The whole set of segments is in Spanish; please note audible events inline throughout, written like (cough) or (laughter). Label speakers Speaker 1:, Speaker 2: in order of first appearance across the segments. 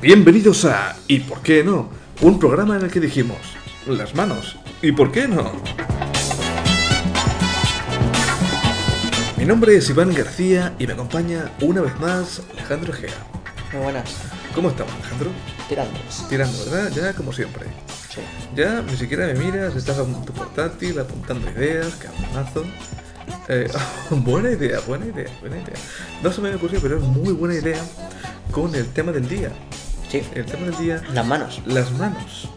Speaker 1: Bienvenidos a ¿Y por qué no? Un programa en el que dijimos las manos. ¿Y por qué no? Mi nombre es Iván García y me acompaña una vez más Alejandro Gea.
Speaker 2: Muy buenas,
Speaker 1: ¿Cómo estamos, Alejandro?
Speaker 2: tirando.
Speaker 1: Tirando, ¿verdad? Ya como siempre.
Speaker 2: Sí.
Speaker 1: Ya ni siquiera me miras, estás con tu portátil apuntando ideas, cabronazo. Eh, (laughs) buena idea, buena idea, buena idea. No se me ocurrió, pero es muy buena idea con el tema del día.
Speaker 2: sí,
Speaker 1: El tema del día
Speaker 2: las manos.
Speaker 1: las manos.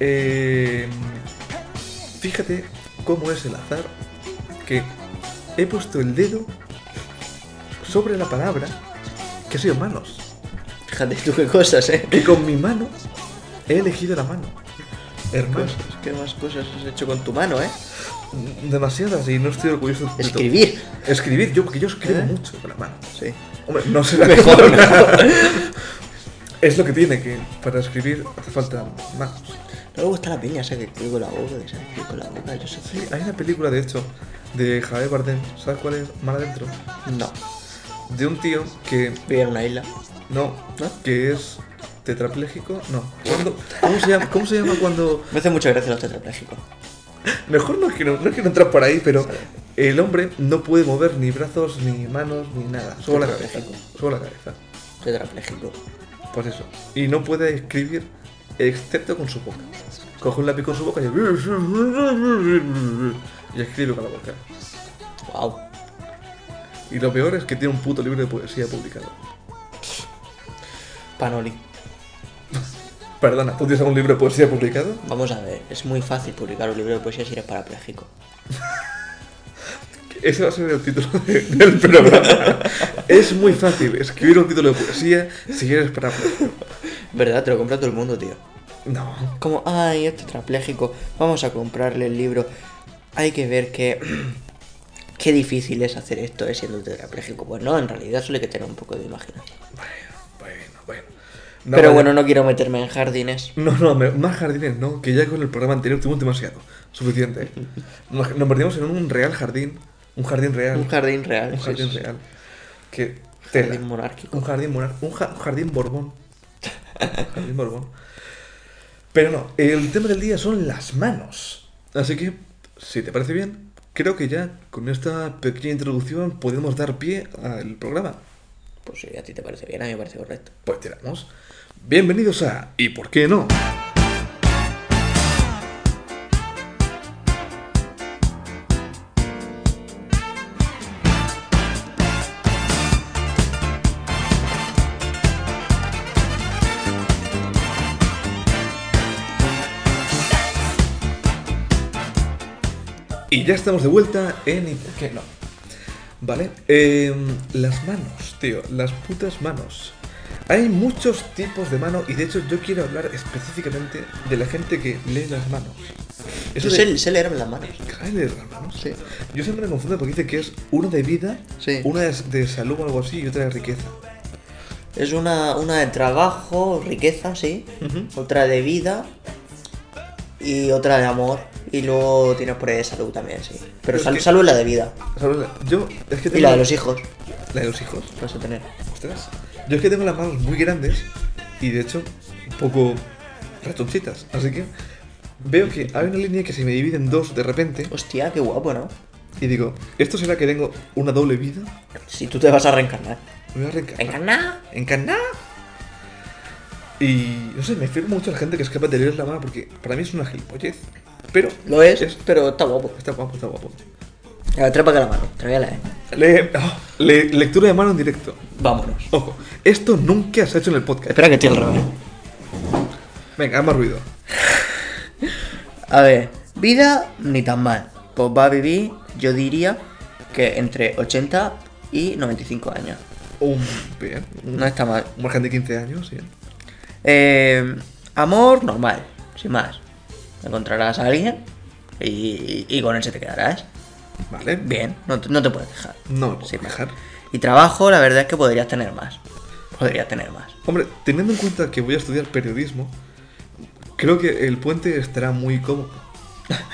Speaker 1: Eh, fíjate cómo es el azar que he puesto el dedo sobre la palabra que ha sido manos.
Speaker 2: Fíjate tú qué cosas, eh.
Speaker 1: Y con mi mano he elegido la mano. Hermano,
Speaker 2: Cosas, ¿Qué más cosas has hecho con tu mano, eh?
Speaker 1: demasiadas y no estoy orgulloso de todo.
Speaker 2: Escribir.
Speaker 1: Escribir, yo, porque yo escribo
Speaker 2: ¿Eh?
Speaker 1: mucho con la mano.
Speaker 2: Sí.
Speaker 1: Hombre, no será
Speaker 2: (laughs) Mejor, mejor.
Speaker 1: Es lo que tiene, que para escribir hace falta manos.
Speaker 2: (laughs) No me gusta la piña esa que escribo con la boca, que se escribe con la boca, yo sé.
Speaker 1: Sí, hay una película de esto, de Javier Bardem, ¿sabes cuál es? Mal adentro.
Speaker 2: No.
Speaker 1: De un tío que.
Speaker 2: Vivir en una isla.
Speaker 1: No,
Speaker 2: ¿No?
Speaker 1: que es tetrapléjico. No. Cuando- ¿Cómo, se llama, ¿Cómo se llama cuando.?
Speaker 2: Me hace mucha gracia los tetraplégicos.
Speaker 1: Mejor no quiero, no quiero entrar por ahí, pero el hombre no puede mover ni brazos, ni manos, ni nada. Solo la cabeza.
Speaker 2: Tetrapléjico.
Speaker 1: Solo la cabeza.
Speaker 2: Tetrapléjico.
Speaker 1: Por eso. Y no puede escribir excepto con su boca. Coge un lápiz con su boca y. Y escribe con la boca.
Speaker 2: Wow.
Speaker 1: Y lo peor es que tiene un puto libro de poesía publicado.
Speaker 2: Panoli.
Speaker 1: Perdona, ¿tú tienes algún libro de poesía publicado?
Speaker 2: Vamos a ver, es muy fácil publicar un libro de poesía si eres parapléjico.
Speaker 1: Ese va a ser el título de- del programa. es muy fácil escribir un título de poesía si quieres para...
Speaker 2: ¿Verdad? Te lo compra todo el mundo, tío.
Speaker 1: No.
Speaker 2: Como, ay, es tetrapléjico, vamos a comprarle el libro. Hay que ver que. (clears throat) Qué difícil es hacer esto eh, siendo tetrapléjico. Pues no, en realidad solo hay que tener un poco de imaginación.
Speaker 1: Bueno, bueno.
Speaker 2: Pero
Speaker 1: vaya-
Speaker 2: bueno, no quiero meterme en jardines.
Speaker 1: No, no, me- más jardines no, que ya con el programa anterior tuvimos demasiado. Suficiente. ¿eh? Nos, nos perdimos en un real jardín. Un jardín real.
Speaker 2: Un jardín real.
Speaker 1: Un
Speaker 2: sí,
Speaker 1: jardín
Speaker 2: sí.
Speaker 1: real. Que
Speaker 2: Jardín
Speaker 1: tela.
Speaker 2: monárquico.
Speaker 1: Un jardín monar- un, ja- un jardín borbón. Un jardín borbón. Pero no, el tema del día son las manos. Así que, si te parece bien, creo que ya con esta pequeña introducción podemos dar pie al programa.
Speaker 2: Pues si a ti te parece bien, a mí me parece correcto.
Speaker 1: Pues tiramos. Bienvenidos a ¿Y por qué no? Y ya estamos de vuelta en ¿Y por qué no? Vale, em, las manos, tío, las putas manos. Hay muchos tipos de mano y de hecho yo quiero hablar específicamente de la gente que lee las manos.
Speaker 2: Eso
Speaker 1: de-
Speaker 2: sé, sé leerme las manos.
Speaker 1: ¿Sabe leer las manos?
Speaker 2: Sí.
Speaker 1: Yo siempre me confundo porque dice que es una de vida,
Speaker 2: Sí.
Speaker 1: una es de salud o algo así y otra de riqueza.
Speaker 2: Es una, una de trabajo, riqueza, sí.
Speaker 1: Ujú.
Speaker 2: Otra de vida. Y otra de amor. Y luego tienes por ahí de salud también, sí. Pero
Speaker 1: Es
Speaker 2: sal-
Speaker 1: que-
Speaker 2: salud es la de vida.
Speaker 1: Salud- Yo es que tengo...
Speaker 2: Y la de los hijos.
Speaker 1: La de los hijos.
Speaker 2: Vas a tener.
Speaker 1: Ostras. Yo es que tengo las manos muy grandes y de hecho un poco ratoncitas. Así que veo que hay una línea que se me divide en dos de repente
Speaker 2: Hostia, qué guapo, ¿no?
Speaker 1: y digo, ¿esto será que tengo una doble vida?
Speaker 2: Si tú te vas a reencarnar.
Speaker 1: Me voy a reencarnar.
Speaker 2: ¿Reencarnar?
Speaker 1: Encarnada. Y no sé, me fío mucho la gente que es capaz de leer la mano porque para mí es una gilipollez. Pero
Speaker 2: Lo es, pero está guapo.
Speaker 1: está guapo, está guapo.
Speaker 2: Atrapa trápaga la mano, tráigala, eh.
Speaker 1: Le- oh, le- lectura de mano en directo.
Speaker 2: Vámonos.
Speaker 1: Ojo, esto nunca se ha hecho en el podcast.
Speaker 2: Espera que estoy al revés.
Speaker 1: Venga, haz más ruido.
Speaker 2: A ver, vida ni tan mal. Pues va a vivir, yo diría, que entre 80 y 95 años.
Speaker 1: Un, bien.
Speaker 2: No está mal.
Speaker 1: Un margen de 15 años, bien.
Speaker 2: Eh, amor normal, sin más. Encontrarás a alguien y, y con él se te quedarás.
Speaker 1: Vale.
Speaker 2: Bien, no, te- no te puedes dejar.
Speaker 1: No me puedo
Speaker 2: Sin más.
Speaker 1: quejar.
Speaker 2: Y trabajo, la verdad es que podrías tener más. Podrías tener más.
Speaker 1: Hombre, teniendo en cuenta que voy a estudiar periodismo, creo que el puente estará muy cómodo.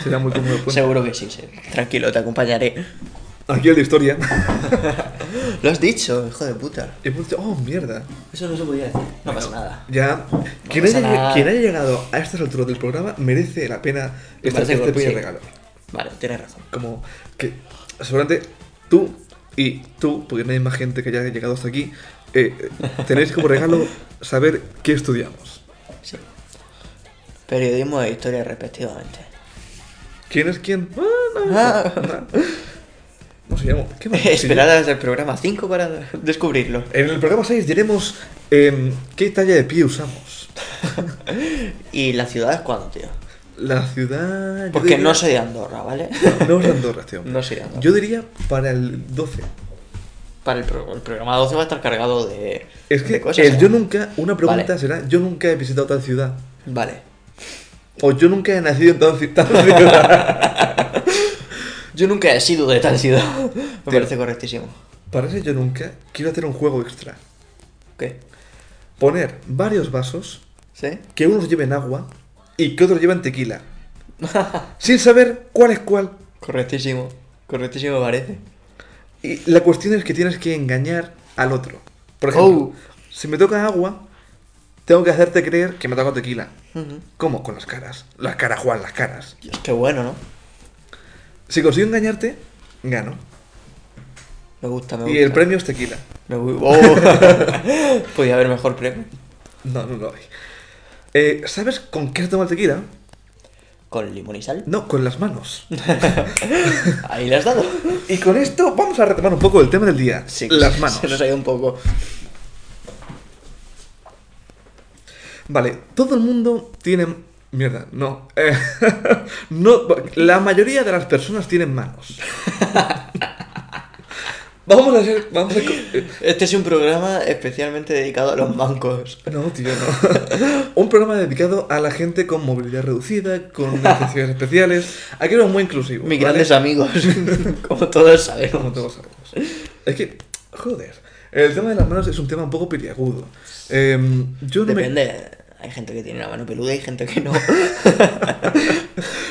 Speaker 1: Será muy cómodo el puente.
Speaker 2: Seguro que sí, sí. Tranquilo, te acompañaré.
Speaker 1: Aquí el de historia.
Speaker 2: Lo has dicho, hijo de puta.
Speaker 1: Hemos dicho, oh, mierda.
Speaker 2: Eso no se podía decir. No pasa nada.
Speaker 1: Ya. Quien,
Speaker 2: pasa
Speaker 1: haya,
Speaker 2: nada.
Speaker 1: quien haya llegado a estas alturas del programa merece la pena este,
Speaker 2: Parece
Speaker 1: este
Speaker 2: gol,
Speaker 1: pequeño
Speaker 2: sí.
Speaker 1: regalo.
Speaker 2: Vale, tienes razón.
Speaker 1: Como que seguramente tú y tú, porque no hay más gente que haya llegado hasta aquí, eh, eh, tenéis como regalo saber qué estudiamos.
Speaker 2: Sí. Periodismo e historia respectivamente.
Speaker 1: ¿Quién es quién? Ah, no,
Speaker 2: Ah.
Speaker 1: no. ¿Cómo se llama?
Speaker 2: (laughs)
Speaker 1: ¿Qué más?
Speaker 2: Esperad hasta el programa 5 para (laughs) descubrirlo.
Speaker 1: En el programa 6 diremos em, qué talla de pie usamos.
Speaker 2: ¿Y la ciudad es cuándo, tío?
Speaker 1: La ciudad. yo
Speaker 2: Porque no
Speaker 1: diría-
Speaker 2: soy de
Speaker 1: (laughs)
Speaker 2: Andorra, ¿vale?
Speaker 1: No es Andorra, tío.
Speaker 2: No soy de Andorra.
Speaker 1: Yo diría para el 12.
Speaker 2: Para el, pro- el programa 12 va a estar cargado de.
Speaker 1: Es que
Speaker 2: de cosas,
Speaker 1: el
Speaker 2: ¿eh?
Speaker 1: yo nunca, una pregunta
Speaker 2: Vale.
Speaker 1: será, yo nunca he visitado tal ciudad.
Speaker 2: Vale.
Speaker 1: O yo nunca he nacido en tal, ci- tal ciudad.
Speaker 2: (laughs) Yo nunca he sido de tal ciudad. (laughs) Me
Speaker 1: Tío.
Speaker 2: parece correctísimo.
Speaker 1: para ese yo nunca, quiero hacer un juego extra.
Speaker 2: ¿Qué?
Speaker 1: Poner varios vasos,
Speaker 2: ¿Sí?
Speaker 1: que unos lleven agua y que otros lleven tequila. sin saber cuál es cuál.
Speaker 2: (laughs) Correctísimo. Correctísimo me parece.
Speaker 1: Y la cuestión es que tienes que engañar al otro. Por ejemplo,
Speaker 2: Oh.
Speaker 1: si me toca agua, tengo que hacerte creer que me toca tequila.
Speaker 2: Ujú.
Speaker 1: ¿Cómo? Con las caras. Las caras, Juan, las caras.
Speaker 2: Qué bueno, ¿no?
Speaker 1: Si consigo engañarte, gano.
Speaker 2: Me gusta, me gusta.
Speaker 1: Y el premio es tequila.
Speaker 2: Me voy- Oh. (laughs) Podía haber mejor premio.
Speaker 1: No, no lo hay. Eh, ¿Sabes con qué se toma el tequila?
Speaker 2: Con limón y sal.
Speaker 1: No, con las
Speaker 2: (laughs)
Speaker 1: manos.
Speaker 2: Ahí le has (laughs) dado.
Speaker 1: Y con esto vamos a retomar un poco el tema del día.
Speaker 2: Sí,
Speaker 1: las manos.
Speaker 2: (laughs) Se nos ha ido un poco.
Speaker 1: Vale, todo el mundo tiene... Mierda, no. (laughs) Eh, no. La mayoría de las personas tienen manos.
Speaker 2: (laughs)
Speaker 1: vamos a hacer... Vamos a... eh,
Speaker 2: Este es un programa especialmente dedicado a los mancos.
Speaker 1: No, tío, no. (laughs) un programa dedicado a la gente con movilidad reducida, con
Speaker 2: (laughs)
Speaker 1: necesidades especiales. Aquí era muy inclusivo.
Speaker 2: Mis
Speaker 1: ¿vale?
Speaker 2: grandes amigos. (laughs) Como todos sabemos.
Speaker 1: Como todos sabemos. Es que, joder, el tema de las manos es un tema un poco piriagudo. Em, yo no me-
Speaker 2: Depende. Hay gente que tiene la mano peluda y gente (laughs) que no.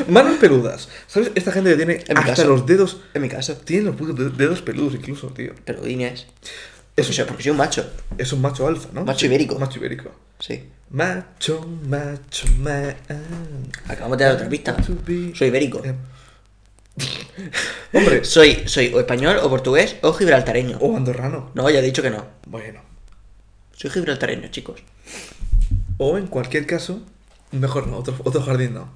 Speaker 1: Manos peludas. ¿Sabes? Esta gente que tiene
Speaker 2: En mi
Speaker 1: hasta
Speaker 2: caso.
Speaker 1: los dedos...
Speaker 2: En mi caso.
Speaker 1: Tienen los putos de- dedos peludos incluso, tío.
Speaker 2: Peludines.
Speaker 1: Es
Speaker 2: Porque
Speaker 1: un,
Speaker 2: soy, porque soy un macho.
Speaker 1: es un macho alfa, ¿no?
Speaker 2: Macho ibérico.
Speaker 1: Macho ibérico.
Speaker 2: Sí.
Speaker 1: Macho, macho, ah. macho.
Speaker 2: Acabamos de dar otra pista. Soy ibérico.
Speaker 1: (laughs) Hombre,
Speaker 2: Soy, soy o español, o portugués, o gibraltareño.
Speaker 1: o andorrano.
Speaker 2: No, ya he dicho que no.
Speaker 1: Bueno.
Speaker 2: Soy gibraltareño, chicos.
Speaker 1: O en cualquier caso, mejor no, otro, otro jardín
Speaker 2: (laughs)
Speaker 1: no.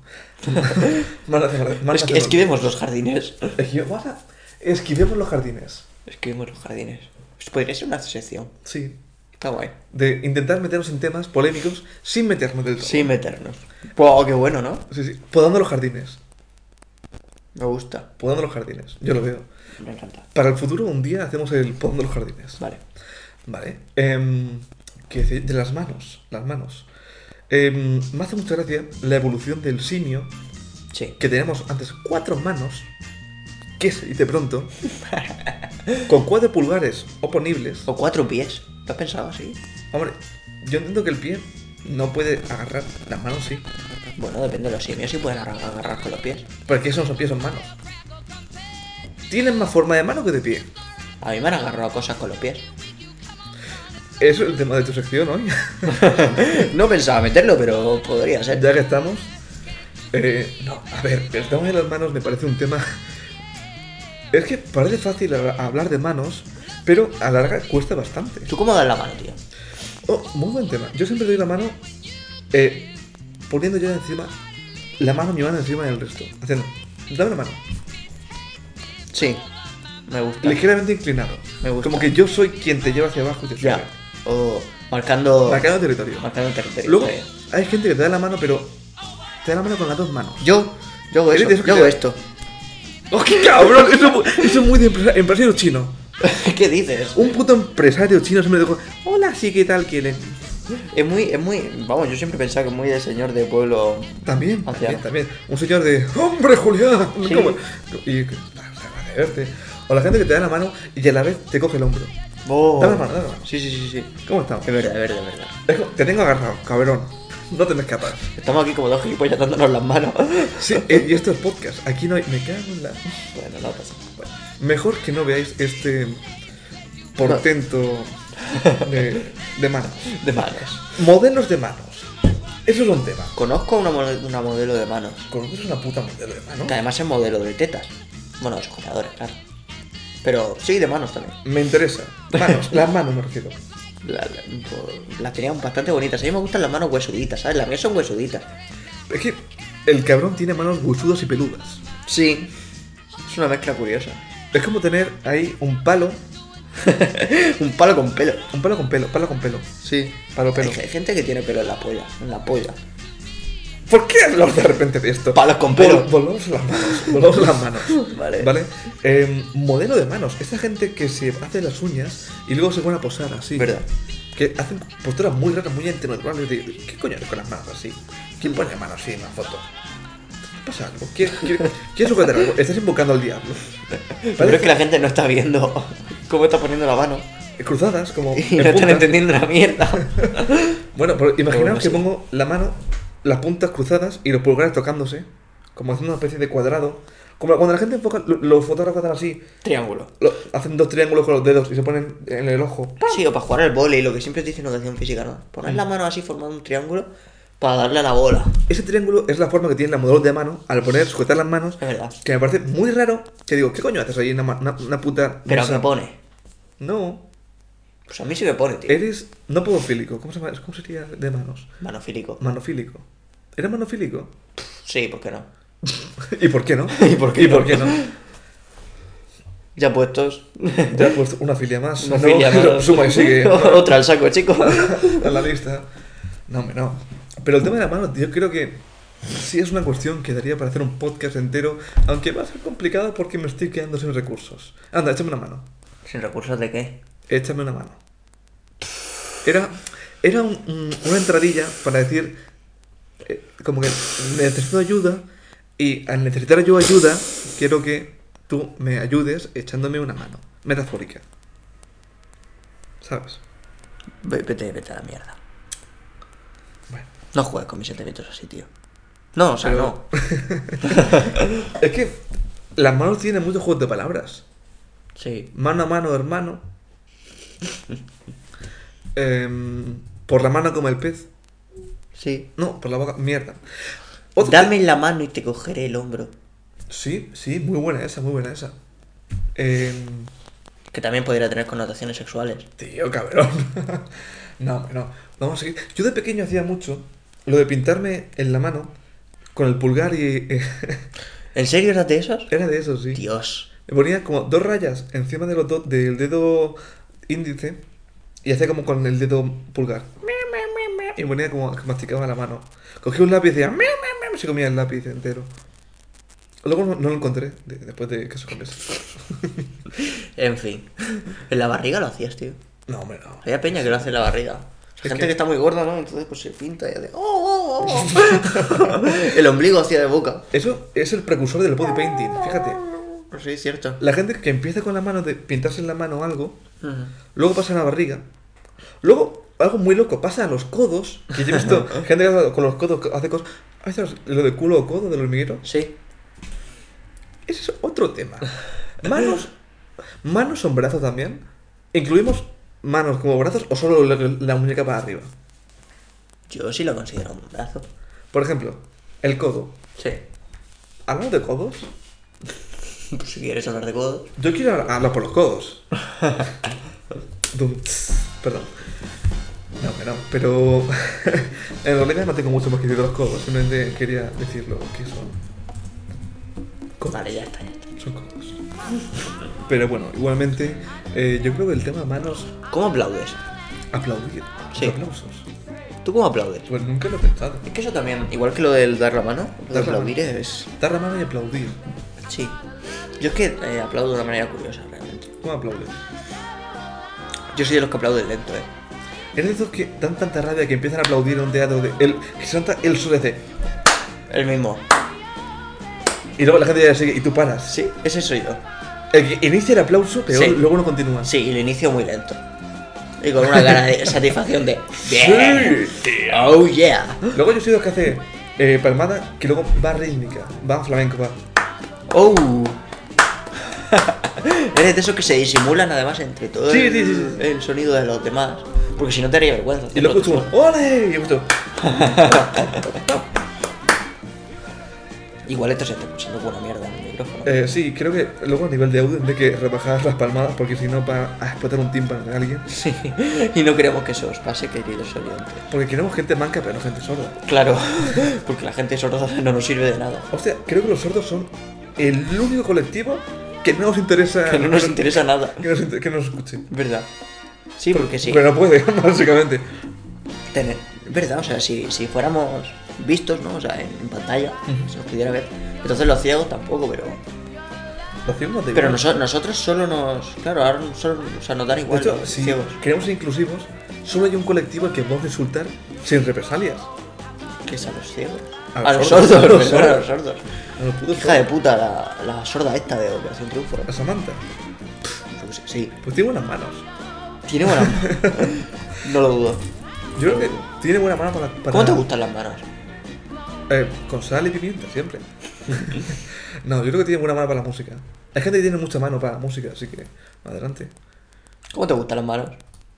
Speaker 1: Marta Fernández- Marta
Speaker 2: Es que,
Speaker 1: Fernández.
Speaker 2: esquivemos los jardines.
Speaker 1: Esquive- guarda, Esquivemos los jardines.
Speaker 2: Esquivemos los jardines. Pues podría ser una sección.
Speaker 1: Sí.
Speaker 2: Está guay.
Speaker 1: De intentar meternos en temas polémicos sin meternos del todo.
Speaker 2: Sin meternos. Wow, qué bueno, ¿no?
Speaker 1: Sí, sí. Podando los jardines.
Speaker 2: Me gusta.
Speaker 1: Podando los jardines. Yo lo veo.
Speaker 2: Me encanta.
Speaker 1: Para el futuro, un día hacemos el podando los jardines.
Speaker 2: Vale.
Speaker 1: Vale. Em, ¿Qué decir? De las manos. Las manos. Em, me hace mucha gracia la evolución del simio,
Speaker 2: Sí.
Speaker 1: que teníamos antes cuatro manos, que se dice pronto, con cuatro pulgares oponibles.
Speaker 2: O cuatro pies. ¿Lo has pensado así?
Speaker 1: Hombre, yo entiendo que el pie no puede agarrar, las manos sí,
Speaker 2: Bueno, depende de los simios si pueden agarrar, agarrar con los pies.
Speaker 1: porque esos son pies, son manos. Tienen más forma de mano que de pie.
Speaker 2: A mí me han agarrado cosas con los pies. (laughs)
Speaker 1: Eso es el tema de tu sección hoy. (laughs)
Speaker 2: no pensaba meterlo, pero podría ser.
Speaker 1: ya que estamos. eh, no, a ver, el tema de las manos me parece un tema. Es que parece fácil a- hablar de manos, pero a la larga cuesta bastante.
Speaker 2: ¿Tú cómo das la mano, tío?
Speaker 1: Oh, muy buen tema. Yo siempre doy la mano eh, poniendo yo encima la mano, mi mano encima del resto. Haciendo, dame la mano.
Speaker 2: Sí. Me gusta.
Speaker 1: Ligeramente inclinado.
Speaker 2: Me gusta.
Speaker 1: Como que yo soy quien te lleva hacia abajo y te sube.
Speaker 2: Ya. O marcando.
Speaker 1: Marcando territorio.
Speaker 2: Marcando territorio.
Speaker 1: Luego,
Speaker 2: Está bien.
Speaker 1: hay gente que te da la mano, pero te da la mano con las dos manos.
Speaker 2: Yo. Yo hago
Speaker 1: Eres
Speaker 2: eso.
Speaker 1: de esos
Speaker 2: Yo
Speaker 1: que
Speaker 2: hago
Speaker 1: te-
Speaker 2: esto. (laughs)
Speaker 1: ¡Oh, qué cabrón! Eso, es mu- eso es muy de empresa- empresario chino.
Speaker 2: ¿Qué dices?
Speaker 1: Un puto empresario chino se me dijo, hola, sí, ¿qué tal quieren?
Speaker 2: Es muy, es muy. Vamos, yo siempre pensaba que muy de señor de pueblo.
Speaker 1: También, también,
Speaker 2: Anciano.
Speaker 1: también. Un señor de, hombre, Julián,
Speaker 2: Sí.
Speaker 1: ¿cómo?". Y que, "Ah, se agrade verte. O la gente que te da la mano y a la vez te coge el hombro.
Speaker 2: Oh.
Speaker 1: Dame la mano, dame la mano.
Speaker 2: Sí, sí, sí, sí.
Speaker 1: ¿Cómo estamos?
Speaker 2: Es verdad, es verdad, es verdad.
Speaker 1: Es como, te tengo agarrado, cabrón. No te me escapas.
Speaker 2: Estamos aquí como dos gilipollas dándonos las manos. (laughs)
Speaker 1: Sí, eh, y esto es podcast. Aquí no hay. Me cago en la.
Speaker 2: Bueno, no pasa.
Speaker 1: Bueno, mejor que no veáis este portento de, de manos.
Speaker 2: nada. De manos.
Speaker 1: Modelos de manos. Eso es un tema.
Speaker 2: Conozco una, mo- una modelo de manos.
Speaker 1: ¿Conoces una puta modelo de mano?
Speaker 2: Que además es modelo de tetas. Bueno, de sujetadores, claro. Pero sí, de manos también.
Speaker 1: Me interesa. Manos,
Speaker 2: (laughs)
Speaker 1: las manos me refiero.
Speaker 2: La- la- por- las tenían bastante bonitas. A mí me gustan las manos huesuditas, ¿sabes? Las mías son huesuditas.
Speaker 1: Es que el cabrón tiene manos huesudas y peludas.
Speaker 2: Sí. Es una mezcla curiosa. (laughs)
Speaker 1: Es como tener ahí un palo,
Speaker 2: Un palo con pelo.
Speaker 1: un palo con pelo, palo con pelo,
Speaker 2: Sí.
Speaker 1: palo pelo.
Speaker 2: Hay, hay gente que tiene pelo en la polla. En la polla.
Speaker 1: ¿Por qué hablamos de repente de esto?
Speaker 2: Palos con pelo.
Speaker 1: Vol- volvamos a las manos, volvamos a las manos.
Speaker 2: (laughs) Vale.
Speaker 1: ¿Vale? Eh, modelo de manos. Esta gente que se hace las uñas y luego se van a posar así.
Speaker 2: Verdad.
Speaker 1: Que hacen posturas muy raras, muy antinaturales. de- de- ¿Qué coño haces con las manos así? ¿Quién pone manos así en una foto? ¿Pasa algo? ¿Quieres, quieres, quieres sujetar algo? Estás invocando al
Speaker 2: (laughs)
Speaker 1: diablo.
Speaker 2: Pero es que la gente no está viendo (laughs) cómo está poniendo la mano.
Speaker 1: Cruzadas,
Speaker 2: (laughs)
Speaker 1: como.
Speaker 2: Y
Speaker 1: en
Speaker 2: no están
Speaker 1: punta.
Speaker 2: entendiendo una mierda.
Speaker 1: Bueno, pero imaginaos
Speaker 2: bueno, sí.
Speaker 1: que pongo la mano, las puntas cruzadas y los pulgares tocándose, como haciendo una especie de cuadrado. Como cuando la gente enfoca, lo- los fotógrafos hacen así,
Speaker 2: (laughs) Triángulo.
Speaker 1: lo- hacen dos triángulos con los dedos y se ponen en el ojo.
Speaker 2: Sí, o para jugar al vole, lo que siempre te dice en educación física, ¿no? Poner la mano así formando un triángulo para darle a la bola.
Speaker 1: Ese triángulo es la forma que tiene la modelo de mano al poner, sujetar las manos,
Speaker 2: Es verdad.
Speaker 1: que me parece muy raro. Que digo, ¿qué coño haces ahí en una, ma- una- una puta.
Speaker 2: Pero
Speaker 1: mesa?
Speaker 2: me pone.
Speaker 1: No,
Speaker 2: Pues a mí sí me pone, tío.
Speaker 1: eres no podofílico. ¿Cómo, se llama? ¿Cómo sería de manos?
Speaker 2: Manofílico.
Speaker 1: Manofílico. ¿Eres manofílico? (laughs)
Speaker 2: Sí, ¿por qué no?
Speaker 1: ¿Y por qué no?
Speaker 2: (laughs) ¿Y por qué
Speaker 1: ¿Y
Speaker 2: no?
Speaker 1: por qué no?
Speaker 2: Ya puestos.
Speaker 1: Ya he puesto una filia más.
Speaker 2: Una
Speaker 1: No, (laughs)
Speaker 2: filia
Speaker 1: pero
Speaker 2: más.
Speaker 1: Suma y
Speaker 2: (laughs)
Speaker 1: sigue
Speaker 2: Otra al saco, chicos.
Speaker 1: a la lista. No, hombre, no. Pero el tema de la mano, yo creo que sí es una cuestión que daría para hacer un podcast entero, aunque va a ser complicado porque me estoy quedando sin recursos. Anda, échame una mano.
Speaker 2: ¿Sin recursos de qué?
Speaker 1: Échame una mano. Era, era un- un- una entradilla para decir, eh, como que necesito ayuda y al necesitar yo ayuda, quiero que tú me ayudes echándome una mano. Metafórica. ¿Sabes?
Speaker 2: Ve- Vete, vete a la mierda.
Speaker 1: Bueno.
Speaker 2: No juegues con mis sentimientos así, tío. No, o sea,
Speaker 1: Pero-
Speaker 2: no.
Speaker 1: Es que las manos tienen muchos juegos de palabras.
Speaker 2: Sí.
Speaker 1: Mano a mano, hermano. Em, por la mano como el pez.
Speaker 2: Sí.
Speaker 1: No, por la boca. Mierda. Otro
Speaker 2: Dame la mano y te cogeré el hombro.
Speaker 1: te- Sí, sí, muy buena esa, muy buena esa. Em,
Speaker 2: Que también podría tener connotaciones sexuales.
Speaker 1: tío, cabrón. (laughs) no, hombre, no. Vamos a seguir. Yo de pequeño hacía mucho lo de pintarme en la mano con el pulgar y... (laughs)
Speaker 2: ¿En serio eras de esos?
Speaker 1: Era de eso, sí.
Speaker 2: Dios.
Speaker 1: Le ponía como dos rayas encima de los do- del dedo índice y hacía como con el dedo pulgar. Y ponía como que masticaba la mano. Cogía un lápiz y decía... "Me, me, me", y Se comía el lápiz entero. Luego no, no lo encontré de- después de que se comiese.
Speaker 2: En fin. En la barriga lo hacías, tío.
Speaker 1: No, hombre, no.
Speaker 2: Había peña que lo hace en la barriga. O sea,
Speaker 1: Es
Speaker 2: gente
Speaker 1: que-
Speaker 2: que... está muy gorda, ¿no? Entonces pues se pinta y hace... ¡Oh, oh, (laughs) oh! el ombligo hacía de boca.
Speaker 1: Eso es el precursor del body painting, fíjate.
Speaker 2: Pues sí, cierto.
Speaker 1: La gente que empieza con la mano de pintarse en la mano algo, luego pasa a la barriga. Luego, algo muy loco, pasa a los codos. Que yo he visto gente que hace- con los codos hace cosas. ¿Has visto lo de culo o codo del hormiguero?
Speaker 2: Sí.
Speaker 1: Ese es otro tema. Manos. Manos son brazos también. ¿Incluimos manos como brazos o solo la, la muñeca para arriba?
Speaker 2: Yo sí lo considero un brazo.
Speaker 1: Por ejemplo, el codo.
Speaker 2: Sí.
Speaker 1: ¿Hablamos de codos?
Speaker 2: Pues si quieres hablar de codos.
Speaker 1: Yo quiero hablar hablar por los
Speaker 2: (laughs)
Speaker 1: codos. Dum, tss, Perdón. No, que no, pero (laughs) en realidad no tengo mucho más que decir de los codos, simplemente quería decirlo, que son,
Speaker 2: Vale, ya está, ya está.
Speaker 1: son codos. Pero bueno, igualmente, eh, yo creo que el tema manos,
Speaker 2: ¿Cómo aplaudes?
Speaker 1: aplaudir,
Speaker 2: Sí.
Speaker 1: aplausos.
Speaker 2: ¿Tú cómo aplaudes?
Speaker 1: Pues nunca lo he pensado.
Speaker 2: Es que eso también, igual que lo del dar la mano, lo de
Speaker 1: Dar la
Speaker 2: aplaudir es...
Speaker 1: Dar la mano y aplaudir.
Speaker 2: Sí. Yo es que eh, aplaudo de una manera curiosa, realmente.
Speaker 1: ¿Cómo aplaudes?
Speaker 2: Yo soy de los que aplauden lento, eh.
Speaker 1: Eres de esos que dan tanta rabia que empiezan a aplaudir en un teatro de el, que se nota el sol hace,
Speaker 2: El mismo.
Speaker 1: y luego la gente ya sigue y tú paras.
Speaker 2: Sí, ese soy yo.
Speaker 1: El que inicia el aplauso, peor,
Speaker 2: Sí.
Speaker 1: luego no continúa.
Speaker 2: Sí, y lo inicio muy lento. Y con una cara de satisfacción (laughs) de. "Bien". ¡Oh yeah!
Speaker 1: Luego yo he sido el que hace eh, palmada, que luego va rítmica, va flamenco, va.
Speaker 2: ¡Oh! (laughs) Eres de esos que se disimulan además entre todo
Speaker 1: Sí,
Speaker 2: el,
Speaker 1: sí, sí, sí.
Speaker 2: el sonido de los demás. Porque si no te haría vergüenza.
Speaker 1: Y luego
Speaker 2: hacerlo tú
Speaker 1: escucho un ¡Ole! Y escucho.
Speaker 2: solo. Igual esto se está escuchando como una mierda en
Speaker 1: (laughs)
Speaker 2: el micrófono.
Speaker 1: Eh, sí, creo que luego a nivel de audio tendré que rebajar las palmadas porque si no va a explotar un tímpano de alguien.
Speaker 2: Sí. Y no queremos que eso os pase, queridos oyentes.
Speaker 1: Porque queremos gente manca pero no gente sorda.
Speaker 2: Claro, (laughs) porque la gente sorda no nos sirve de nada.
Speaker 1: Hostia, creo que los sordos son el único colectivo que no nos interesa.
Speaker 2: Que no nos interesa nada.
Speaker 1: Que nos, inter- que nos escuchen.
Speaker 2: ¿Verdad? Sí,
Speaker 1: Pues,
Speaker 2: porque sí.
Speaker 1: Pero no puede, (laughs) básicamente.
Speaker 2: tener. ¿Verdad? O sea, si, si fuéramos vistos, ¿no? O sea, en, en pantalla, si nos pudiera ver. Entonces los ciegos tampoco, pero.
Speaker 1: Los ciegos no te
Speaker 2: Pero
Speaker 1: igual.
Speaker 2: noso- nosotros solo nos. Claro, ahora solo, o sea, nos dan
Speaker 1: De
Speaker 2: igual
Speaker 1: hecho,
Speaker 2: los
Speaker 1: si
Speaker 2: ciegos.
Speaker 1: queremos ser inclusivos, solo hay un colectivo al que podemos insultar sin represalias.
Speaker 2: ¿Qué es a los ciegos?
Speaker 1: A
Speaker 2: A,
Speaker 1: los
Speaker 2: los
Speaker 1: sordos,
Speaker 2: sordos,
Speaker 1: a los
Speaker 2: perdón, a los
Speaker 1: sordos.
Speaker 2: sordos.
Speaker 1: A los putos
Speaker 2: Hija de
Speaker 1: sordos.
Speaker 2: puta, la, la sorda esta de
Speaker 1: (laughs)
Speaker 2: Operación Triunfo.
Speaker 1: A Samantha.
Speaker 2: Yo qué sé, Sí,
Speaker 1: Pues tiene buenas manos.
Speaker 2: tiene buena mano.
Speaker 1: (laughs)
Speaker 2: No lo dudo.
Speaker 1: Yo creo que tiene buena mano para. para-
Speaker 2: ¿Cómo te gustan las manos?
Speaker 1: Eh, con sal y pimienta, siempre. (laughs) no, yo creo que tiene buena mano para la música. Hay gente que tiene mucha mano para la música, así que adelante.
Speaker 2: ¿Cómo te gustan las manos?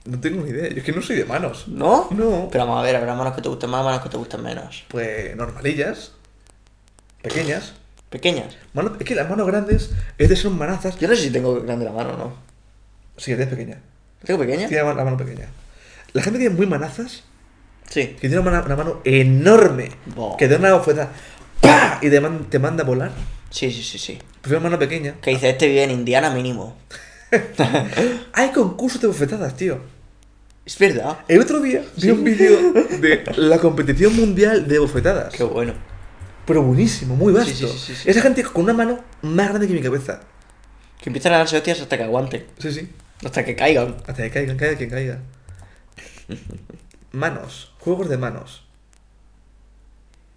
Speaker 1: No tengo ni idea, yo es que no soy de manos.
Speaker 2: ¿No?
Speaker 1: No.
Speaker 2: Pero vamos a ver, habrá manos que te gusten más, manos que te gusten menos.
Speaker 1: Pues normalillas, pequeñas.
Speaker 2: Pequeñas.
Speaker 1: Mano- es que las manos grandes es de son manazas.
Speaker 2: Yo no sé si tengo grande la mano o no.
Speaker 1: Sí, es pequeña.
Speaker 2: ¿La ¿Tengo pequeña?
Speaker 1: Tiene la mano- la mano pequeña. La gente que es muy manazas,
Speaker 2: Sí.
Speaker 1: que tiene una mano, una mano enorme,
Speaker 2: Buah.
Speaker 1: que da una bofetada ¡pa! y te, man- te manda a volar.
Speaker 2: Sí, sí, sí, sí.
Speaker 1: Prefiero mano pequeña.
Speaker 2: Que dice, este vive en Indiana mínimo. ¿Eh?
Speaker 1: Hay concursos de bofetadas, tío.
Speaker 2: Es verdad.
Speaker 1: El otro día vi un vídeo de la competición mundial de bofetadas.
Speaker 2: Qué bueno.
Speaker 1: Pero buenísimo, muy vasto.
Speaker 2: sí, sí, sí, sí.
Speaker 1: Esa gente con una mano más grande que mi cabeza.
Speaker 2: Que empiezan a darse hostias hasta que aguanten.
Speaker 1: Sí, sí.
Speaker 2: Hasta que caigan.
Speaker 1: Hasta que caigan, caiga quien caiga. Manos. Juegos de manos.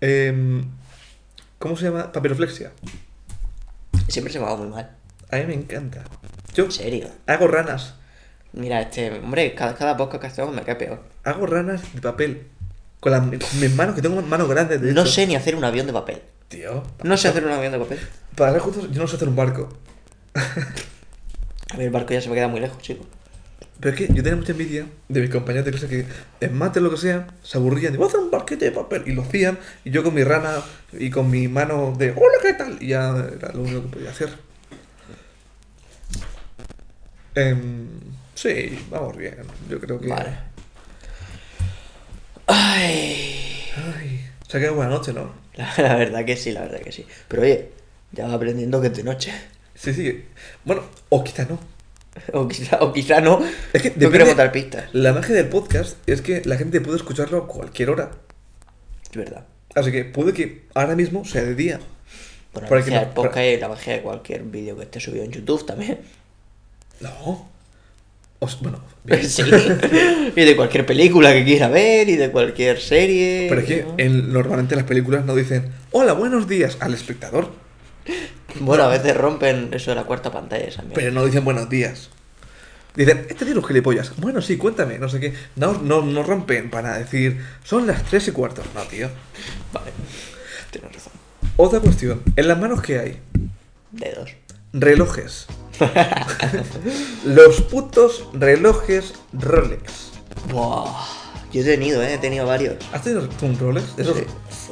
Speaker 1: Em, ¿Cómo se llama? Papiroflexia.
Speaker 2: Siempre se me va muy mal.
Speaker 1: A mí me encanta. Yo
Speaker 2: En serio.
Speaker 1: hago ranas.
Speaker 2: Mira, este, hombre, cada, cada podcast que hacemos me cae peor.
Speaker 1: Hago ranas de papel. Con, las- con mis manos, que tengo manos grandes. De
Speaker 2: No
Speaker 1: hecho.
Speaker 2: sé ni hacer un avión de papel.
Speaker 1: Tío.
Speaker 2: No sé hacer un avión de papel.
Speaker 1: Para ser justos, yo no sé hacer un barco.
Speaker 2: A ver, el barco ya se me queda muy lejos, chico.
Speaker 1: Pero es que yo tenía mucha envidia de mis compañeros de clase que en mate o lo que sea, se aburrían de voy a hacer un barquete de papel y lo hacían y yo con mi rana y con mi mano de hola, ¿qué tal? Y ya era lo único que podía hacer. Em, sí, vamos bien, yo creo que...
Speaker 2: Vale. Ay.
Speaker 1: Ay, se ha quedado buena noche, ¿no?
Speaker 2: La, la verdad que sí, la verdad que sí. Pero oye, ya va aprendiendo que es de noche. (laughs)
Speaker 1: Sí, sí. Bueno, o quizás no.
Speaker 2: O quizá, o quizá no.
Speaker 1: Es que
Speaker 2: no
Speaker 1: depende-
Speaker 2: queremos dar pistas.
Speaker 1: La magia del podcast es que la gente puede escucharlo a cualquier hora.
Speaker 2: Es verdad.
Speaker 1: Así que puede que ahora mismo sea de día.
Speaker 2: Por
Speaker 1: Por aquí
Speaker 2: anunciar
Speaker 1: no,
Speaker 2: el
Speaker 1: por-
Speaker 2: podcast y la magia de cualquier vídeo que esté subido en YouTube también.
Speaker 1: No. Os- bueno, bien.
Speaker 2: (laughs) Sí. y de cualquier película que quiera ver y de cualquier serie.
Speaker 1: Pero es que
Speaker 2: ¿no?
Speaker 1: en- normalmente las películas no dicen Hola, buenos días al espectador,
Speaker 2: Bueno, a veces rompen eso de la cuarta pantalla también.
Speaker 1: pero no dicen buenos días. Dicen, este tiene un gilipollas. Bueno, sí, cuéntame, no sé qué. No, no, no rompen para decir, son las tres y cuarto. No, tío.
Speaker 2: Vale. Tienes razón.
Speaker 1: Otra cuestión, en las manos que hay,
Speaker 2: Dedos.
Speaker 1: relojes.
Speaker 2: (laughs)
Speaker 1: Los putos relojes Rolex.
Speaker 2: Buah. Yo he tenido, ¿eh? He tenido varios.
Speaker 1: ¿Has tenido tú un Rolex? De esos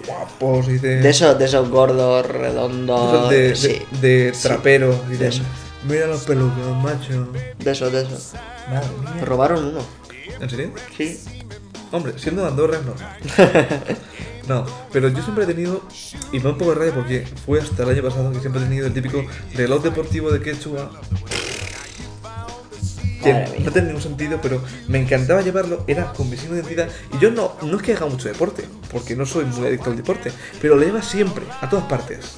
Speaker 1: guapos y de...
Speaker 2: De esos, de esos gordos, redondos.
Speaker 1: Eh. de, de-
Speaker 2: sí.
Speaker 1: de trapero. y de-
Speaker 2: eso.
Speaker 1: Mira los pelucas, macho.
Speaker 2: De esos, de esos.
Speaker 1: Madre mía.
Speaker 2: Me robaron uno.
Speaker 1: ¿En serio?
Speaker 2: Sí.
Speaker 1: Hombre, siendo de Andorra, no.
Speaker 2: (laughs)
Speaker 1: No, pero yo siempre he tenido, y me da un poco de rabia porque fue hasta el año pasado que siempre he tenido el típico reloj deportivo de quechua. Que
Speaker 2: Madre mía.
Speaker 1: no tiene ningún sentido, pero me encantaba llevarlo, era con mi signo de identidad. Y yo no, no es que haga mucho deporte, porque no soy muy adicto al deporte, pero lo lleva siempre, a todas partes.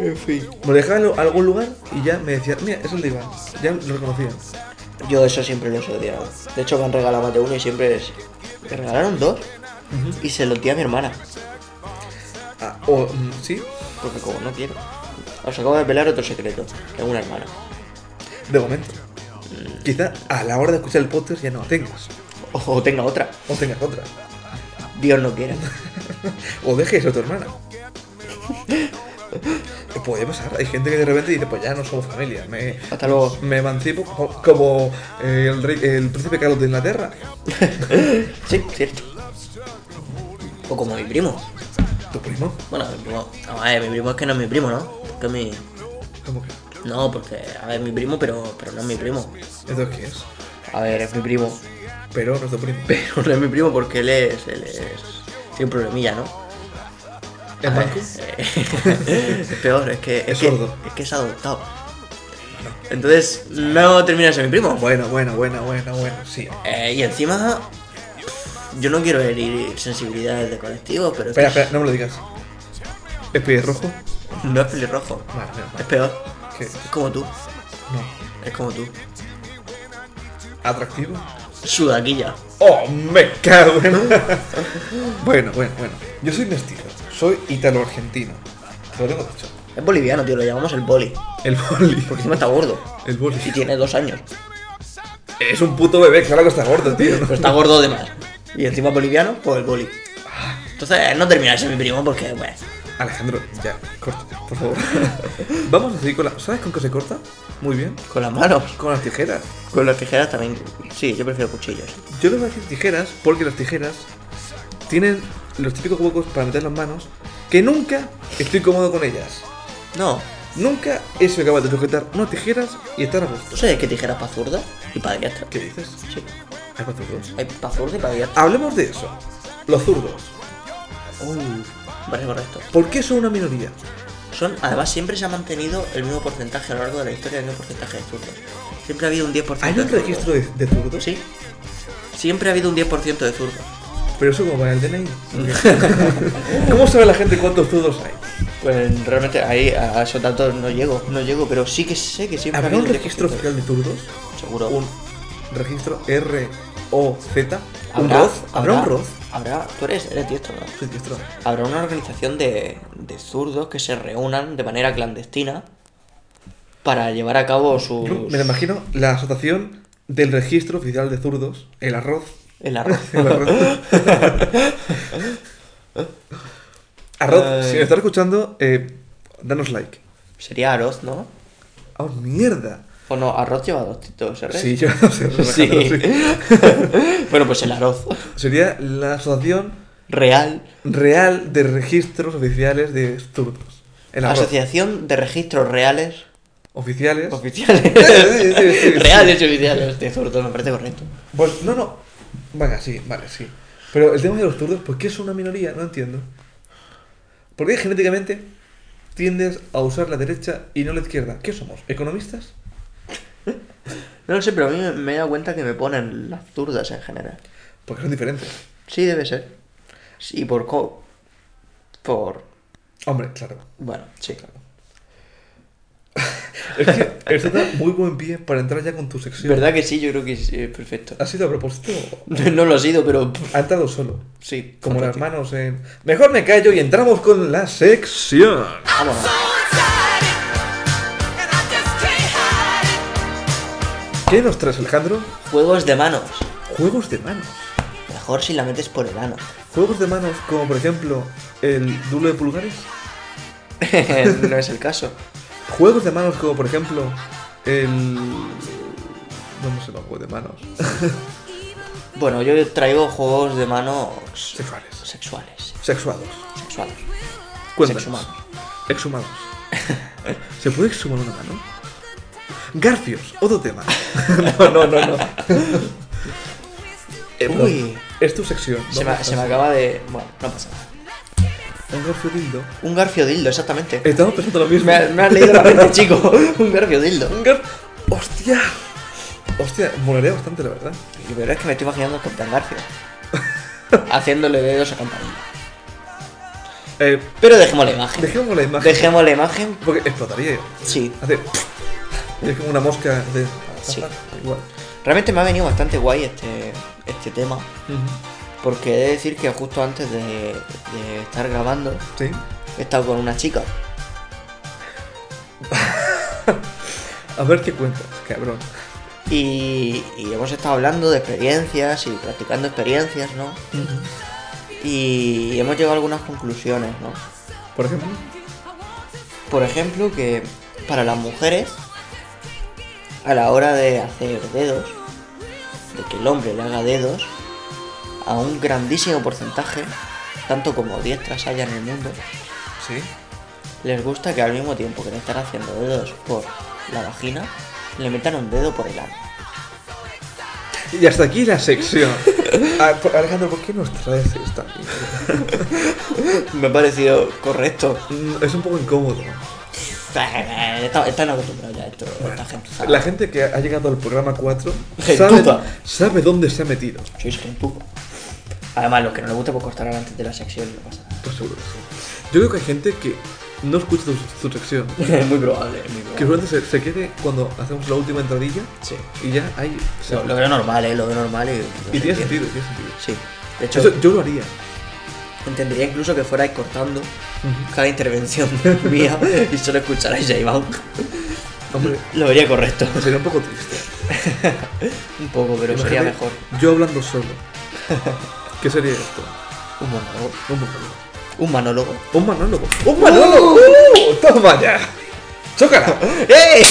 Speaker 2: En fin.
Speaker 1: Me lo dejaba en lo- algún lugar y ya me decían, mira, es el de Iván, ya lo reconocía.
Speaker 2: Yo eso siempre los he odiado. De hecho, me han regalado más de uno y siempre es... Me regalaron dos y se los di a mi hermana.
Speaker 1: Ah, o, mm, sí,
Speaker 2: Porque como no quiero. Os acabo de pelar otro secreto. Tengo una hermana.
Speaker 1: de momento. Quizá a la hora de escuchar el podcast ya no la tengas.
Speaker 2: O, o tenga otra.
Speaker 1: O tengas otra.
Speaker 2: Dios no quiera.
Speaker 1: O dejes a tu hermana. (laughs) Puede pasar. Hay gente que de repente dice, pues ya no somos familia. Me,
Speaker 2: Hasta luego.
Speaker 1: me emancipo co- como eh, el, rey- el príncipe Carlos de Inglaterra.
Speaker 2: Sí, cierto. O como mi primo.
Speaker 1: ¿Tu primo?
Speaker 2: Bueno, mi primo. A ver, mi primo es que no es mi primo, ¿no? Que mi.
Speaker 1: ¿Cómo que?
Speaker 2: No, porque. A ver, mi primo, pero, pero no es mi primo.
Speaker 1: Entonces, ¿qué es?
Speaker 2: A ver, es mi primo. (laughs)
Speaker 1: Pero no es tu primo.
Speaker 2: Pero no es mi primo porque él es. Él es. Tiene un problemilla, ¿no?
Speaker 1: ¿Es
Speaker 2: A ver,
Speaker 1: manco?
Speaker 2: eh, (laughs) Peor, es que.
Speaker 1: Es
Speaker 2: que-
Speaker 1: sordo.
Speaker 2: es que es adoptado. Entonces, no termina de ser mi primo.
Speaker 1: Bueno, bueno, bueno, bueno, bueno. Sí.
Speaker 2: Eh, y encima. pff, Yo no quiero herir sensibilidades de colectivo, pero. es que
Speaker 1: Espera, espera, no me lo digas. ¿Es pelirrojo?
Speaker 2: No es pelirrojo.
Speaker 1: Vale, menos
Speaker 2: Es
Speaker 1: mal.
Speaker 2: peor.
Speaker 1: ¿Qué?
Speaker 2: Es como tú.
Speaker 1: No.
Speaker 2: Es como tú.
Speaker 1: ¿Atractivo?
Speaker 2: Sudaquilla.
Speaker 1: ¡Oh, me cago en... (laughs) bueno, bueno, bueno. Yo soy mestizo. Soy italo-argentino. Te lo tengo dicho.
Speaker 2: Es boliviano, tío. Lo llamamos el boli.
Speaker 1: El (laughs) boli.
Speaker 2: Porque encima está gordo.
Speaker 1: El boli.
Speaker 2: Y tiene dos años.
Speaker 1: Es un puto bebé, claro que está gordo, tío.
Speaker 2: Pero está gordo de más. Y encima boliviano, pues el boli. Entonces, no termina de ser mi primo porque, bueno.
Speaker 1: Ah, Alejandro, ya, corta, por
Speaker 2: (laughs)
Speaker 1: favor. Vamos a seguir con la... ¿Sabes con qué se corta? Muy bien.
Speaker 2: Con las manos.
Speaker 1: Con las tijeras.
Speaker 2: Con las tijeras también. Sí, yo prefiero cuchillos.
Speaker 1: Yo les voy a decir tijeras porque las tijeras tienen los típicos huecos para meter las manos que nunca estoy cómodo con ellas.
Speaker 2: No.
Speaker 1: Nunca he sido capaz de sujetar unas tijeras y estar a
Speaker 2: ¿Tú
Speaker 1: gusto.
Speaker 2: sabes qué tijeras para zurda y para diestra?
Speaker 1: ¿Qué dices?
Speaker 2: Sí.
Speaker 1: ¿Hay para zurdos?
Speaker 2: Hay para zurda y para diestra.
Speaker 1: Hablemos de eso. Los zurdos.
Speaker 2: Uy. Vale, correcto.
Speaker 1: ¿Por qué son una minoría?
Speaker 2: Son, además, siempre se ha mantenido el mismo porcentaje a lo largo de la historia, el mismo porcentaje de zurdos. Siempre ha habido un 10%.
Speaker 1: ¿Hay
Speaker 2: de
Speaker 1: un
Speaker 2: zurdos.
Speaker 1: registro de, de zurdos?
Speaker 2: Sí. Siempre ha habido un 10% de zurdos.
Speaker 1: Pero eso como para el DNI. (laughs) ¿Cómo sabe la gente cuántos zurdos hay?
Speaker 2: Pues realmente ahí a a esos datos no llego, no llego, pero sí que sé que siempre ha
Speaker 1: ¿Habrá
Speaker 2: habido
Speaker 1: un registro
Speaker 2: 10%.
Speaker 1: oficial de zurdos?
Speaker 2: Seguro.
Speaker 1: ¿Un registro R-O-Z? ¿Un
Speaker 2: ¿Habrá-
Speaker 1: ROZ? ¿Habrá un ROZ?
Speaker 2: Habrá, tú eres, eres diestro, ¿no?
Speaker 1: Soy diestro.
Speaker 2: Habrá una organización de, de zurdos que se reúnan de manera clandestina para llevar a cabo sus...
Speaker 1: Yo Me lo imagino la asociación del registro oficial de zurdos, el arroz. (laughs)
Speaker 2: El arroz.
Speaker 1: El
Speaker 2: (laughs)
Speaker 1: arroz. arroz, si me estás escuchando, eh, danos like.
Speaker 2: Sería arroz, ¿no?
Speaker 1: ¡Oh, mierda!
Speaker 2: O no, arroz lleva dos titos, ¿eh?
Speaker 1: Sí, yo no
Speaker 2: (laughs)
Speaker 1: sé.
Speaker 2: Sí.
Speaker 1: Alejandro, sí.
Speaker 2: (laughs) bueno, pues el arroz
Speaker 1: Sería la asociación
Speaker 2: real.
Speaker 1: real de registros oficiales de zurdos. El arroz.
Speaker 2: Asociación de Registros Reales
Speaker 1: Oficiales.
Speaker 2: Oficiales.
Speaker 1: Sí, sí, sí, sí.
Speaker 2: (laughs) Reales y oficiales de zurdos, me parece correcto.
Speaker 1: Pues no, no. Venga, sí, vale, sí. Pero el tema de los zurdos, ¿por qué son una minoría? No entiendo. ¿Por qué genéticamente tiendes a usar la derecha y no la izquierda? ¿Qué somos? ¿Economistas?
Speaker 2: No lo sé, pero a mí me, me he dado cuenta que me ponen las zurdas en general.
Speaker 1: Porque son diferentes.
Speaker 2: Sí, debe ser. Sí, por co... Por...
Speaker 1: Hombre, claro.
Speaker 2: Bueno, sí.
Speaker 1: Es que esto da muy buen pie para entrar ya con tu sección.
Speaker 2: ¿Verdad que sí? Yo creo que es eh, perfecto.
Speaker 1: ¿Ha sido a propósito?
Speaker 2: (laughs) No lo ha sido, pero... pff,
Speaker 1: Ha entrado solo.
Speaker 2: Sí.
Speaker 1: Como las
Speaker 2: fantástico.
Speaker 1: manos en... Mejor me callo y entramos con la sección.
Speaker 2: Vámonos.
Speaker 1: ¿Qué nos traes, Alejandro?
Speaker 2: Juegos de manos.
Speaker 1: Juegos de manos.
Speaker 2: Mejor si la metes por el ano.
Speaker 1: Juegos de manos como, por ejemplo, el duelo de pulgares.
Speaker 2: (laughs) (laughs) no es el caso.
Speaker 1: Juegos de manos como por ejemplo el... No sé los juegos de manos.
Speaker 2: Bueno, yo traigo juegos de manos...
Speaker 1: Sexuales.
Speaker 2: Sexuales.
Speaker 1: Sexuados.
Speaker 2: Sexuales.
Speaker 1: Cuéntanos.
Speaker 2: Sexhumados.
Speaker 1: Exhumados. ¿Se puede exhumar una mano? Garfios, otro
Speaker 2: (laughs)
Speaker 1: tema. no, no, no, no. Eh, perdón.
Speaker 2: Uy.
Speaker 1: Es tu sección.
Speaker 2: Se me,
Speaker 1: vamos a
Speaker 2: se me
Speaker 1: hacer.
Speaker 2: acaba de... Bueno, no pasa nada.
Speaker 1: Un garfio dildo.
Speaker 2: Un garfio dildo, exactamente.
Speaker 1: Estamos pensando lo mismo.
Speaker 2: Me, has- (laughs) me has leído
Speaker 1: (laughs)
Speaker 2: la mente, chico. Un garfio dildo.
Speaker 1: Un gar... ¡Hostia! Hostia, molaría bastante, la verdad.
Speaker 2: Lo peor es que me estoy imaginando al Capitán (laughs) Garfio. Haciéndole dedos a campanilla.
Speaker 1: Eh,
Speaker 2: Pero dejemos la imagen.
Speaker 1: dejemos la imagen.
Speaker 2: Dejemos la imagen.
Speaker 1: Porque explotaría yo.
Speaker 2: Sí.
Speaker 1: Hace. Es como una mosca de.
Speaker 2: Sí.
Speaker 1: Igual.
Speaker 2: Realmente me ha venido bastante guay este, este tema. Porque he de decir que justo antes de, de estar grabando
Speaker 1: Sí.
Speaker 2: he estado con una chica.
Speaker 1: A ver qué cuentas, cabrón.
Speaker 2: Y, y hemos estado hablando de experiencias y practicando experiencias, ¿no? Y hemos llegado a algunas conclusiones, ¿no?
Speaker 1: Por ejemplo,
Speaker 2: Por ejemplo, que para las mujeres, a la hora de hacer dedos, de que el hombre le haga dedos, a un grandísimo porcentaje, tanto como diestras haya en el mundo,
Speaker 1: sí.
Speaker 2: les gusta que al mismo tiempo que le están haciendo dedos por la vagina, le metan un dedo por el ano.
Speaker 1: Y hasta aquí la
Speaker 2: (laughs)
Speaker 1: sección. Ah, por- Alejandro, ¿por qué nos traes esta?
Speaker 2: Me ha parecido correcto.
Speaker 1: Mm, Es un poco incómodo.
Speaker 2: (laughs) Está- Están acostumbrados ya a esto, esta gente. sabe.
Speaker 1: La gente que ha llegado al programa
Speaker 2: (laughs)
Speaker 1: 4 sabe,
Speaker 2: Gentuza.
Speaker 1: sabe dónde se ha metido.
Speaker 2: Sois gentuza. Además, los que no les gusta, pues cortarán antes de la sección y no pasa nada. (laughs)
Speaker 1: Pues seguro que sí. Yo creo que hay gente que no escucha tu, tu sección.
Speaker 2: Es muy probable, es muy
Speaker 1: Que
Speaker 2: probable.
Speaker 1: seguramente se, se quede cuando hacemos la última entradilla
Speaker 2: Sí.
Speaker 1: y ya hay... se-
Speaker 2: Lo, lo veo normal, ¿eh? Lo veo normal y... lo
Speaker 1: y tiene
Speaker 2: entiendo.
Speaker 1: sentido, tiene sentido.
Speaker 2: Sí. De hecho,
Speaker 1: Eso yo lo haría.
Speaker 2: entendería incluso que fuerais cortando cada intervención (laughs) mía y solo escucharais a Iván. (laughs)
Speaker 1: Hombre,
Speaker 2: Lo vería correcto.
Speaker 1: sería un poco triste.
Speaker 2: Un poco, pero sería
Speaker 1: Imagínate
Speaker 2: mejor.
Speaker 1: Yo hablando solo.
Speaker 2: (laughs)
Speaker 1: ¿Qué sería esto?
Speaker 2: Un monólogo.
Speaker 1: Un monólogo.
Speaker 2: Un manólogo.
Speaker 1: Un monólogo. ¡Un monólogo! ¡Uh! ¡Toma ya!
Speaker 2: (laughs)
Speaker 1: ¡Chócala!
Speaker 2: ¡Eh!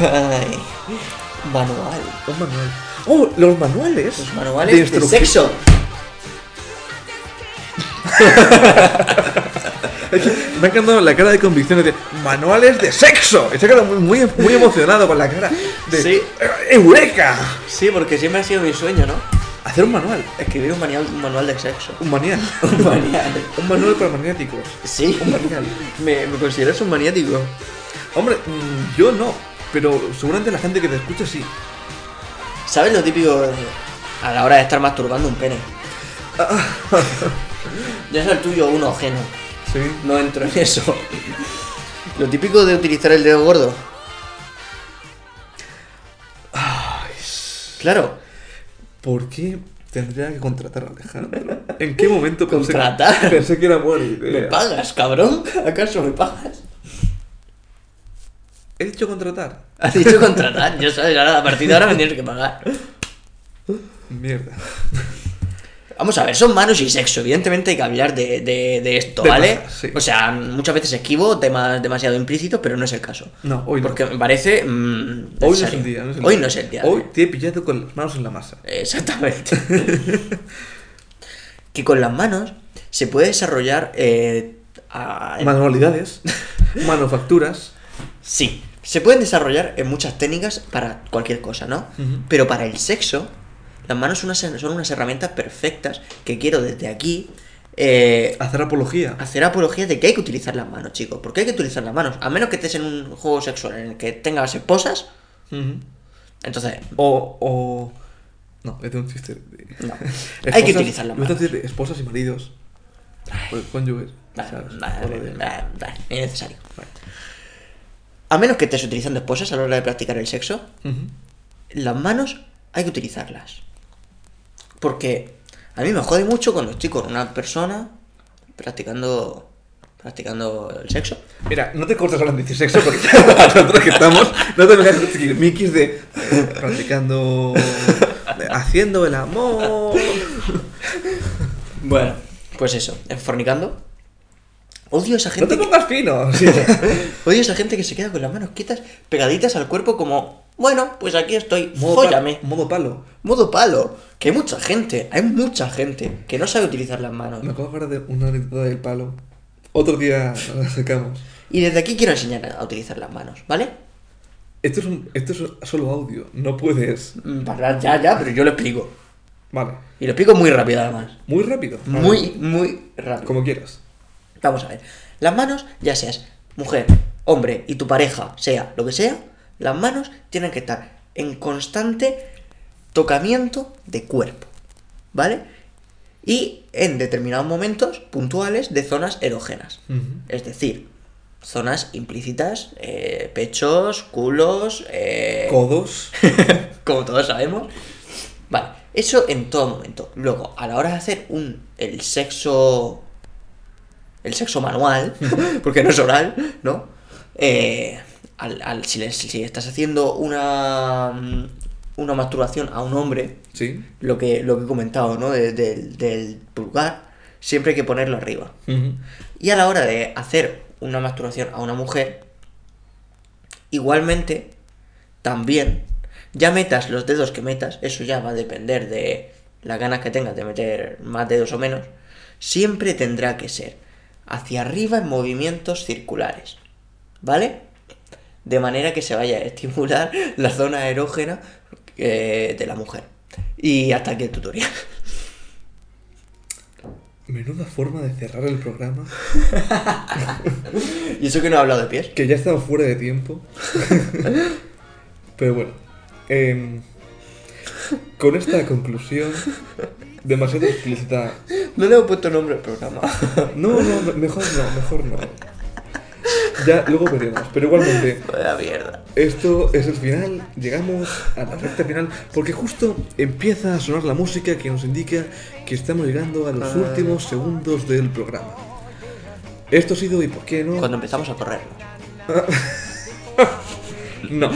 Speaker 2: Ay. Manual.
Speaker 1: Un manual. ¡Oh! Los manuales.
Speaker 2: Los manuales de,
Speaker 1: instrucción.
Speaker 2: sexo.
Speaker 1: Es que me ha encantado la cara de convicción de manuales de sexo. Está quedado muy, muy, muy emocionado con la cara de Eh,
Speaker 2: Sí.
Speaker 1: ¡Eureka!
Speaker 2: Sí, porque siempre ha sido mi sueño, ¿no?
Speaker 1: Hacer un manual.
Speaker 2: Escribir un manual, un manual de sexo.
Speaker 1: Un manual.
Speaker 2: (laughs) Un manual.
Speaker 1: un manual para maniáticos.
Speaker 2: Sí.
Speaker 1: Un manual.
Speaker 2: Me, me consideras un maniático.
Speaker 1: Hombre, mm, yo no. Pero seguramente la gente que te escucha sí.
Speaker 2: ¿Sabes lo típico de- a la hora de estar masturbando un (laughs) pene? ya es el tuyo uno ajeno.
Speaker 1: Sí.
Speaker 2: No entro en eso. Lo típico de utilizar el dedo gordo. Claro,
Speaker 1: ¿Por qué tendría que contratar a Alejandro? ¿En qué momento pensé que-
Speaker 2: ¿Contratar?
Speaker 1: pensé que era buena idea?
Speaker 2: ¿me pagas, cabrón? ¿Acaso me pagas?
Speaker 1: He dicho contratar.
Speaker 2: Has (laughs) dicho contratar, yo sabes, ahora, a partir de ahora me tienes que pagar.
Speaker 1: Mierda.
Speaker 2: Vamos a ver, son manos y sexo. Evidentemente hay que hablar de, de- de esto,
Speaker 1: De
Speaker 2: ¿vale?
Speaker 1: cosas, sí.
Speaker 2: O sea, muchas veces esquivo temas demasiado implícitos, pero no es el caso.
Speaker 1: No, hoy no.
Speaker 2: Porque me parece. mm,
Speaker 1: Hoy no es
Speaker 2: necesario.
Speaker 1: el día. el
Speaker 2: Hoy
Speaker 1: día.
Speaker 2: no es el día. eh.
Speaker 1: Hoy te he pillado con las manos en la masa. (laughs)
Speaker 2: Exactamente. que con las manos se puede desarrollar. eh, a- (laughs)
Speaker 1: Manualidades, manufacturas.
Speaker 2: Sí, se pueden desarrollar en muchas técnicas para cualquier cosa, ¿no?
Speaker 1: Ujú.
Speaker 2: Pero para el sexo, las manos son unas, son unas herramientas perfectas que quiero desde aquí. eh,
Speaker 1: Hacer apología.
Speaker 2: hacer apología de que hay que utilizar las manos, chicos. ¿Por qué hay que utilizar las manos? A menos que estés en un juego sexual en el que tengas esposas.
Speaker 1: Ujú.
Speaker 2: Entonces,
Speaker 1: O, o. No, es de un chiste. de-
Speaker 2: no.
Speaker 1: (laughs) Esposas-
Speaker 2: hay que utilizar las
Speaker 1: iba a
Speaker 2: manos.
Speaker 1: decir de esposas y maridos. O de cónyuges.
Speaker 2: Vale,
Speaker 1: ¿sabes?
Speaker 2: vale,
Speaker 1: O lo de-
Speaker 2: vale, vale, innecesario.
Speaker 1: Vale.
Speaker 2: A menos que estés utilizando esposas a la hora de practicar el sexo,
Speaker 1: Ujú.
Speaker 2: las manos hay que utilizarlas. Porque a mí me jode mucho cuando estoy con una persona practicando practicando el sexo.
Speaker 1: Mira, no te cortes ahora en decir sexo porque (laughs) nosotros que estamos, no te vengas a decir mikis de eh, practicando, de haciendo el amor.
Speaker 2: Bueno, pues eso, en fornicando. Odio a esa
Speaker 1: No
Speaker 2: gente
Speaker 1: te
Speaker 2: que-
Speaker 1: pongas fino. (laughs) sí.
Speaker 2: (laughs) Odio esa gente que se queda con las manos quietas, pegaditas al cuerpo, como, bueno, pues aquí estoy,
Speaker 1: Modo, pa-
Speaker 2: fóllame.
Speaker 1: modo palo.
Speaker 2: Modo palo. Que hay mucha gente, hay mucha gente que no sabe utilizar las manos.
Speaker 1: Me acuerdo ahora de una anécdota del palo. Otro día la sacamos.
Speaker 2: Y desde aquí quiero enseñar a utilizar las manos, ¿vale?
Speaker 1: Esto es, un- esto es solo audio, no puedes.
Speaker 2: Mm, Para, ya, ya, pero yo lo explico.
Speaker 1: Vale,
Speaker 2: Y lo explico muy rápido, además.
Speaker 1: muy rápido. Vale.
Speaker 2: Muy, muy rápido.
Speaker 1: Como quieras.
Speaker 2: Vamos a ver. Las manos, ya seas mujer, hombre y tu pareja, sea lo que sea, las manos tienen que estar en constante tocamiento de cuerpo. ¿Vale? Y en determinados momentos puntuales de zonas erógenas.
Speaker 1: Ujú.
Speaker 2: Es decir, zonas implícitas, eh, pechos, culos, eh,
Speaker 1: Codos.
Speaker 2: como todos sabemos. Vale, eso en todo momento. Luego, a la hora de hacer un el sexo. (laughs) El sexo manual, porque no es oral, ¿no? Eh, al, al- si, le- si estás haciendo una, mm, una masturbación a un hombre,
Speaker 1: Sí.
Speaker 2: lo que, lo que he comentado, ¿no? De- del- del pulgar, siempre hay que ponerlo arriba.
Speaker 1: Ujú.
Speaker 2: Y a la hora de hacer una masturbación a una mujer, igualmente, también, ya metas los dedos que metas, eso ya va a depender de las ganas que tengas de meter más dedos o menos, siempre tendrá que ser hacia arriba en movimientos circulares, ¿vale? De manera que se vaya a estimular (laughs) la zona erógena eh, de la mujer. Y hasta aquí el tutorial. (laughs)
Speaker 1: Menuda forma de cerrar el programa.
Speaker 2: Y eso que no he hablado de pies.
Speaker 1: Que ya estaba fuera de
Speaker 2: (laughs)
Speaker 1: tiempo. Pero bueno. em, con esta conclusión, demasiado explícita.
Speaker 2: No le he puesto nombre al programa. (laughs)
Speaker 1: No, no, me- mejor no, mejor no. Ya luego veremos. Pero igualmente,
Speaker 2: Vaya mierda.
Speaker 1: esto es el final. Llegamos a la recta final. Porque justo empieza a sonar la música que nos indica que estamos llegando a los
Speaker 2: Ah.
Speaker 1: últimos segundos del programa. Esto ha sido y por qué no.
Speaker 2: Cuando empezamos a correr.
Speaker 1: No.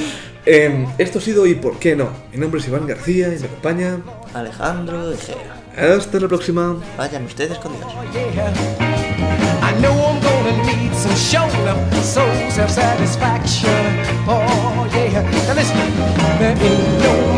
Speaker 1: Em, esto ha sido y por qué no. Mi nombre es Iván García y me acompaña.
Speaker 2: Alejandro de Gea.
Speaker 1: Hasta la próxima.
Speaker 2: Vayan ustedes con Dios.
Speaker 3: Oh, yeah. I know I'm gonna need some shoulder, so self satisfaction. Oh, yeah. Now listen, there ain't no Oh,